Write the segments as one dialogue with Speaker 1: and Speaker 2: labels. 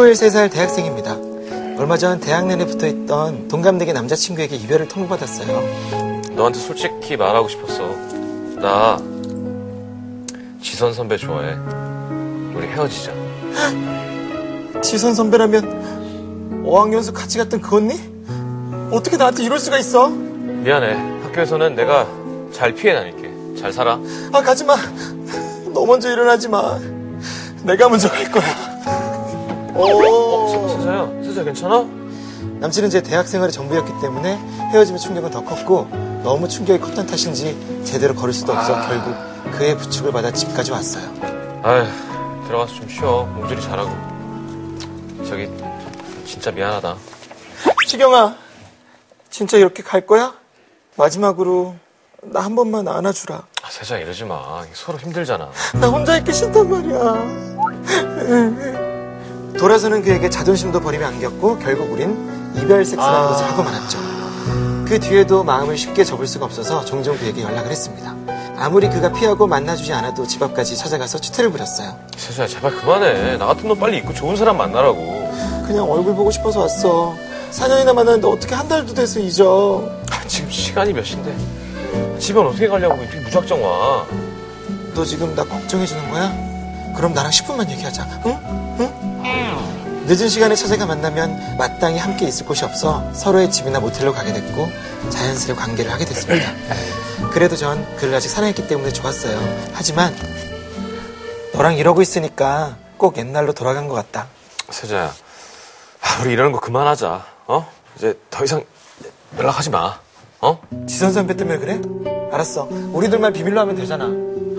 Speaker 1: 23살 대학생입니다. 얼마 전 대학 내내 붙어 있던 동갑내기 남자친구에게 이별을 통보받았어요.
Speaker 2: 너한테 솔직히 말하고 싶었어. 나 지선 선배 좋아해. 우리 헤어지자.
Speaker 1: 지선 선배라면 5학년수 같이 갔던 그 언니? 어떻게 나한테 이럴 수가 있어?
Speaker 2: 미안해. 학교에서는 내가 잘 피해 다닐게. 잘 살아.
Speaker 1: 아, 가지마. 너 먼저 일어나지 마. 내가 먼저 갈 거야.
Speaker 2: 어,
Speaker 1: 오.
Speaker 2: 세자야. 세자 괜찮아?
Speaker 1: 남친은 제 대학 생활의 전부였기 때문에 헤어짐의 충격은 더 컸고 너무 충격이 컸던 탓인지 제대로 걸을 수도 없어 결국 그의 부축을 받아 집까지 왔어요.
Speaker 2: 아휴, 들어가서 좀 쉬어. 몸조리 잘하고. 저기, 진짜 미안하다.
Speaker 1: 시경아, 진짜 이렇게 갈 거야? 마지막으로 나 한 번만 안아주라.
Speaker 2: 아, 세자 이러지 마. 서로 힘들잖아.
Speaker 1: 나 혼자 있기 싫단 말이야. 돌아서는 그에게 자존심도 버림이 안겼고 결국 우린 이별 섹스라는
Speaker 2: 아.
Speaker 1: 것을 하고 말았죠. 그 뒤에도 마음을 쉽게 접을 수가 없어서 종종 그에게 연락을 했습니다. 아무리 그가 피하고 만나주지 않아도 집 앞까지 찾아가서 추태를 부렸어요.
Speaker 2: 세자야, 제발 그만해. 나 같은 놈 빨리 있고 좋은 사람 만나라고.
Speaker 1: 그냥 얼굴 보고 싶어서 왔어. 4년이나 만났는데 어떻게 한 달도 돼서 잊어.
Speaker 2: 아, 지금 시간이 몇 시인데? 집에 어떻게 가려고 이렇게 무작정 와.
Speaker 1: 너 지금 나 걱정해주는 거야? 그럼 나랑 10분만 얘기하자. 응? 응? 늦은 시간에 처제가 만나면 마땅히 함께 있을 곳이 없어 서로의 집이나 모텔로 가게 됐고 자연스레 관계를 하게 됐습니다. 그래도 전 그를 아직 사랑했기 때문에 좋았어요. 하지만 너랑 이러고 있으니까 꼭 옛날로 돌아간 것 같다.
Speaker 2: 세자야, 아, 우리 이러는 거 그만하자. 어? 이제 더 이상 연락하지 마. 어?
Speaker 1: 지선 선배 때문에 그래? 알았어. 우리들만 비밀로 하면 되잖아.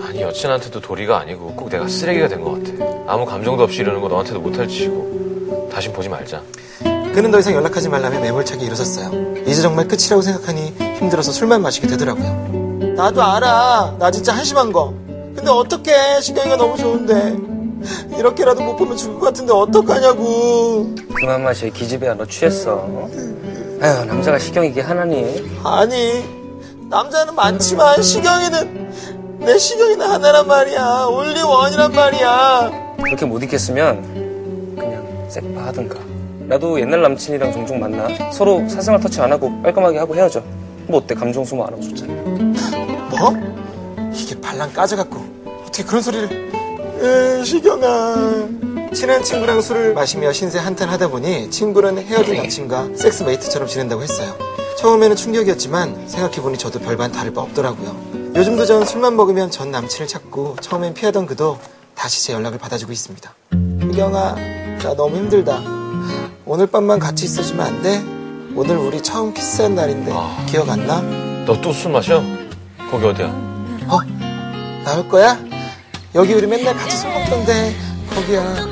Speaker 2: 아니 여친한테도 도리가 아니고 꼭 내가 쓰레기가 된 것 같아. 아무 감정도 없이 이러는 거 너한테도 못할 짓이고. 다신 보지 말자.
Speaker 1: 그는 더 이상 연락하지 말라며 매몰차게 일어섰어요. 이제 정말 끝이라고 생각하니 힘들어서 술만 마시게 되더라고요. 나도 알아. 나 진짜 한심한 거. 근데 어떡해. 신경이가 너무 좋은데. 이렇게라도 못 보면 죽을 것 같은데 어떡하냐고.
Speaker 3: 그만 마셔 기집애야 너 취했어 아휴 남자가 식경 이게 하나니
Speaker 1: 아니, 남자는 많지만 신경이는 내 신경이는 하나란 말이야. 올리 원이란 말이야.
Speaker 3: 그렇게 못 있겠으면 그냥 섹바 하든가 나도 옛날 남친이랑 종종 만나 서로 사생활 터치 안 하고 깔끔하게 하고 헤어져 뭐 어때 감정 소모 안 하고 좋잖아
Speaker 1: 뭐? 이게 반란 까져갖고 어떻게 그런 소리를 으, 시경아 친한 친구랑 술을 마시며 신세 한탄 하다 보니 친구는 헤어진 남친과 섹스메이트처럼 지낸다고 했어요 처음에는 충격이었지만 생각해보니 저도 별반 다를 바 없더라고요 요즘도 전 술만 먹으면 전 남친을 찾고 처음엔 피하던 그도 다시 제 연락을 받아주고 있습니다 시경아 나 너무 힘들다 오늘 밤만 같이 있어주면 안 돼? 오늘 우리 처음 키스한 날인데 기억 안 나?
Speaker 2: 너 또 술 마셔? 거기 어디야?
Speaker 1: 어? 나올 거야? 여기 우리 맨날 같이 술 먹던데 거기야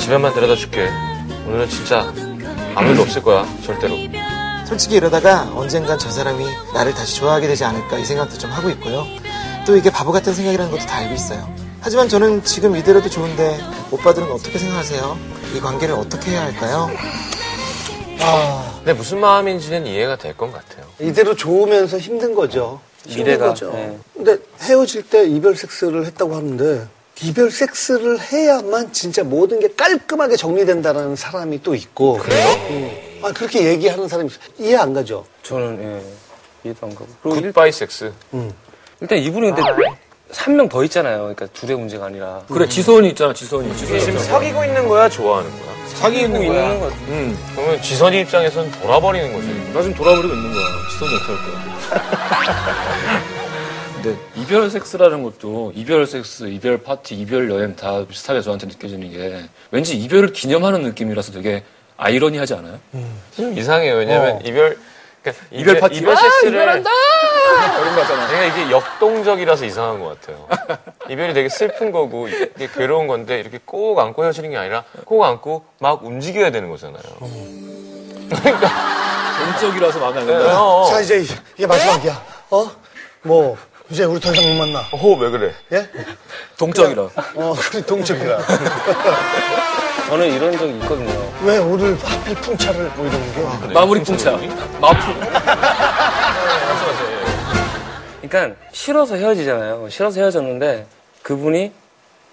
Speaker 2: 집에만 데려다 줄게. 오늘은 진짜 아무 일도 없을 거야. 절대로.
Speaker 1: 솔직히 이러다가 언젠간 저 사람이 나를 다시 좋아하게 되지 않을까 이 생각도 좀 하고 있고요 또 이게 바보 같은 생각이라는 것도 다 알고 있어요 하지만 저는 지금 이대로도 좋은데 오빠들은 어떻게 생각하세요? 이 관계를 어떻게 해야 할까요? 아
Speaker 2: 근데 무슨 마음인지는 이해가 될 것 같아요.
Speaker 4: 이대로 좋으면서 힘든 거죠.
Speaker 3: 미래가 예.
Speaker 4: 네. 근데 헤어질 때 이별 섹스를 했다고 하는데 이별 섹스를 해야만 진짜 모든 게 깔끔하게 정리된다라는 사람이 또 있고. 그래요? 아 그렇게 얘기하는 사람이 있어요. 이해 안 가죠.
Speaker 3: 저는 예, 이해도 안 가고
Speaker 5: 뭐
Speaker 3: 그리고 일,
Speaker 2: 굿바이 섹스.
Speaker 3: 일단 이분이 근데 한 명 더 있잖아요 그러니까 둘의 문제가 아니라
Speaker 5: 그래 지선이 있잖아 지선이
Speaker 2: 지금 사귀고 있는 거야? 좋아하는 거야?
Speaker 5: 사기 있는 거야
Speaker 3: 거
Speaker 5: 응나
Speaker 2: 음, 그러면 지선이 입장에선 돌아버리는 거지.
Speaker 5: 음, 지금 돌아버리고 있는 거야 지선이 어떻게 할 거야 근데 이별 섹스라는 것도 이별 섹스 이별 파티 이별 여행 다 비슷하게 저한테 느껴지는 게 왠지 이별을 기념하는 느낌이라서 되게 아이러니하지 않아요?
Speaker 2: 좀 이상해요. 왜냐면 이별 그러니까
Speaker 5: 이별 파티.
Speaker 2: 이별
Speaker 5: 아,
Speaker 2: 섹스를
Speaker 5: 그런 거잖아
Speaker 2: 내가 이게 역동적이라서 이상한 것 같아요. 이별이 되게 슬픈 거고 이게 괴로운 건데 이렇게 꼭 안고 헤어지는 게 아니라 꼭 안고 막 움직여야 되는 거잖아요.
Speaker 5: 전적이라서 마음에
Speaker 3: 네.
Speaker 5: 안 든다
Speaker 2: 어,
Speaker 4: 자 이제 이게 마지막이야. 어? 뭐 이제 우리 더 이상 못 만나.
Speaker 2: 어, 왜 그래?
Speaker 4: 예?
Speaker 5: 동적이라
Speaker 4: 어 우리 동쪽이라.
Speaker 3: 저는 이런 적이 있거든요
Speaker 4: 왜 오늘 하필 풍차를 뭐 이런 게.
Speaker 5: 마무리 풍차
Speaker 2: 아,
Speaker 5: 마프
Speaker 3: 그러니까 싫어서 헤어지잖아요. 싫어서 헤어졌는데 그분이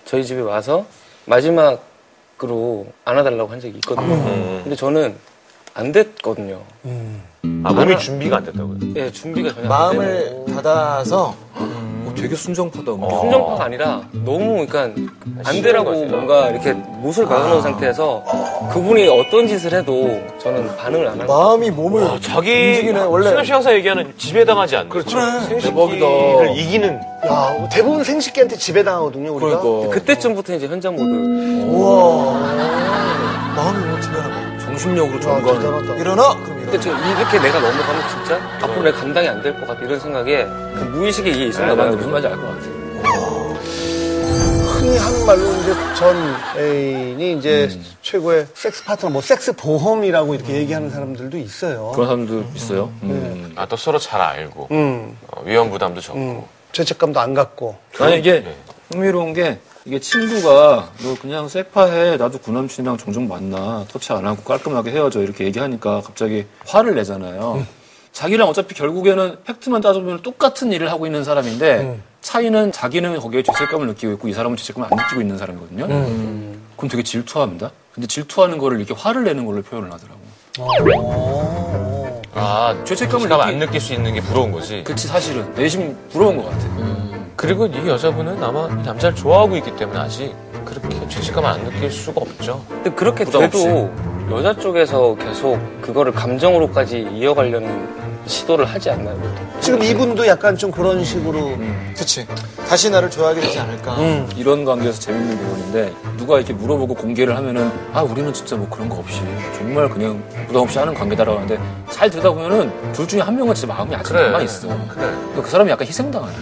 Speaker 3: 저희 집에 와서 마지막 밖으로 안아달라고 한 적이 있거든요. 근데 저는 안 됐거든요.
Speaker 2: 아, 몸이 준비가 안 됐다고요?
Speaker 3: 예, 준비가 전혀 안
Speaker 1: 마음을
Speaker 3: 되는
Speaker 1: 닫아서
Speaker 5: 어, 되게 순정파다.
Speaker 2: 어.
Speaker 3: 순정파가 아니라 너무 그러니까 안 되라고
Speaker 2: 거지.
Speaker 3: 뭔가 이렇게 못을 가둬놓은 상태에서 그분이 어떤 짓을 해도 저는 반응을 안 하고
Speaker 1: 마음이 몸을
Speaker 2: 자기
Speaker 1: 움직이네, 원래.
Speaker 2: 수현 씨 항상 얘기하는 지배당하지 않는 그렇죠.
Speaker 6: 대박이다.
Speaker 2: 생식기를 이기는
Speaker 4: 야, 대부분 생식기한테 지배당하거든요, 우리가.
Speaker 3: 그러니까. 그때쯤부터 이제 현장 모드
Speaker 1: 우와 마음이 몸을 지배하는
Speaker 5: 정신력으로
Speaker 4: 와,
Speaker 5: 전관.
Speaker 1: 거
Speaker 4: 아, 대단하다.
Speaker 1: 일어나 그럼 일어나
Speaker 3: 근데 저 이렇게 내가 넘어가면 진짜 앞으로 내가 감당이 안 될 것 같아 이런 생각에 그 무의식에 이게 있었나 봐요
Speaker 5: 나한테 무슨 말인지 알 것 같아.
Speaker 4: 흔히 하는 말로 그 이제 전 애인이 이제
Speaker 5: 음.
Speaker 4: 최고의 섹스 파트너, 뭐 섹스 보험이라고 이렇게 얘기하는 사람들도 있어요.
Speaker 5: 그런 사람도 있어요. 음.
Speaker 2: 아, 또 서로 잘 알고
Speaker 4: 음,
Speaker 2: 어, 위험 부담도 적고
Speaker 4: 음. 죄책감도 안 갖고.
Speaker 5: 나는 이게 흥미로운 게 이게 친구가 너 그냥 셀파해 나도 구남친이랑 종종 만나 터치 안 하고 깔끔하게 헤어져 이렇게 얘기하니까 갑자기 화를 내잖아요. 자기랑 어차피 결국에는 팩트만 따져보면 똑같은 일을 하고 있는 사람인데 차이는 자기는 거기에 죄책감을 느끼고 있고 이 사람은 죄책감을 안 느끼고 있는 사람이거든요. 그럼 되게 질투합니다. 근데 질투하는 거를 이렇게 화를 내는 걸로 표현을 하더라고.
Speaker 2: 아
Speaker 5: 죄책감을
Speaker 2: 죄책감을 안 느낄 수 있는 게 부러운 거지
Speaker 5: 그치 사실은 내심 부러운 것 같아.
Speaker 2: 그리고 이 여자분은 아마 이 남자를 좋아하고 있기 때문에 아직 그렇게 죄책감을 안 느낄 수가 없죠
Speaker 3: 근데 그렇게
Speaker 5: 부담 없이.
Speaker 3: 돼도 여자 쪽에서 계속 그거를 감정으로까지 이어가려는 시도를 하지 않나요?
Speaker 4: 지금
Speaker 5: 음.
Speaker 4: 이분도 약간 좀 그런 식으로
Speaker 1: 그치 다시 나를 좋아하게 되지 않을까
Speaker 5: 이런 관계에서 재밌는 부분인데 누가 이렇게 물어보고 공개를 하면은 아 우리는 진짜 뭐 그런 거 없이 정말 그냥 부담 없이 하는 관계다라고 하는데 잘 들여다보면은 둘 중에 한 명은 진짜 마음이 아직
Speaker 2: 그래.
Speaker 5: 남아 있어.
Speaker 2: 그래
Speaker 5: 그 사람이 약간 희생당하는.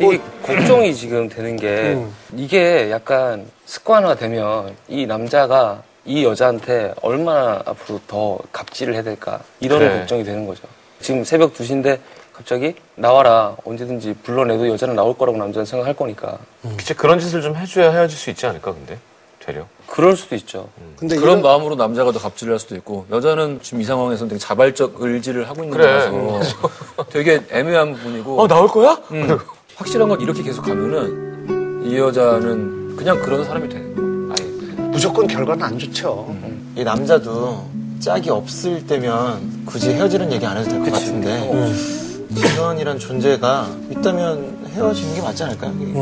Speaker 3: 이게
Speaker 5: 뭐,
Speaker 3: 걱정이 지금 되는 게
Speaker 5: 음.
Speaker 3: 이게 약간 습관화되면 이 남자가 이 여자한테 얼마나 앞으로 더 갑질을 해야 될까 이런
Speaker 2: 그래.
Speaker 3: 걱정이 되는 거죠. 지금 새벽 2시인데 갑자기 나와라 언제든지 불러내도 여자는 나올 거라고 남자는 생각할 거니까
Speaker 2: 진짜 음, 그런 짓을 좀 해줘야 헤어질 수 있지 않을까 근데 되려
Speaker 3: 그럴 수도 있죠.
Speaker 4: 근데
Speaker 5: 그런
Speaker 4: 이런-
Speaker 5: 마음으로 남자가 더 갑질을 할 수도 있고 여자는 지금 이 상황에서는 되게 자발적 의지를 하고 있는
Speaker 2: 그래.
Speaker 5: 거라서 되게 애매한 부분이고
Speaker 2: 나올 거야?
Speaker 5: 음, 확실한 건 이렇게 계속 가면은 이 여자는 그냥 그런 사람이 돼.
Speaker 4: 무조건 결과는 안 좋죠.
Speaker 1: 이 남자도 짝이 없을 때면 굳이 헤어지는 얘기 안 해도 될 것 같은데 지선이란 존재가 있다면 헤어지는 게 맞지 않을까요? 그게?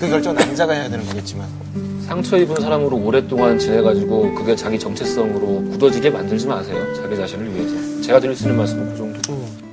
Speaker 1: 그 결정 남자가 해야 되는 거겠지만
Speaker 5: 상처 입은 사람으로 오랫동안 지내가지고 그게 자기 정체성으로 굳어지게 만들지 마세요. 자기 자신을 위해서. 제가 드릴 수 있는 말씀은 그 정도.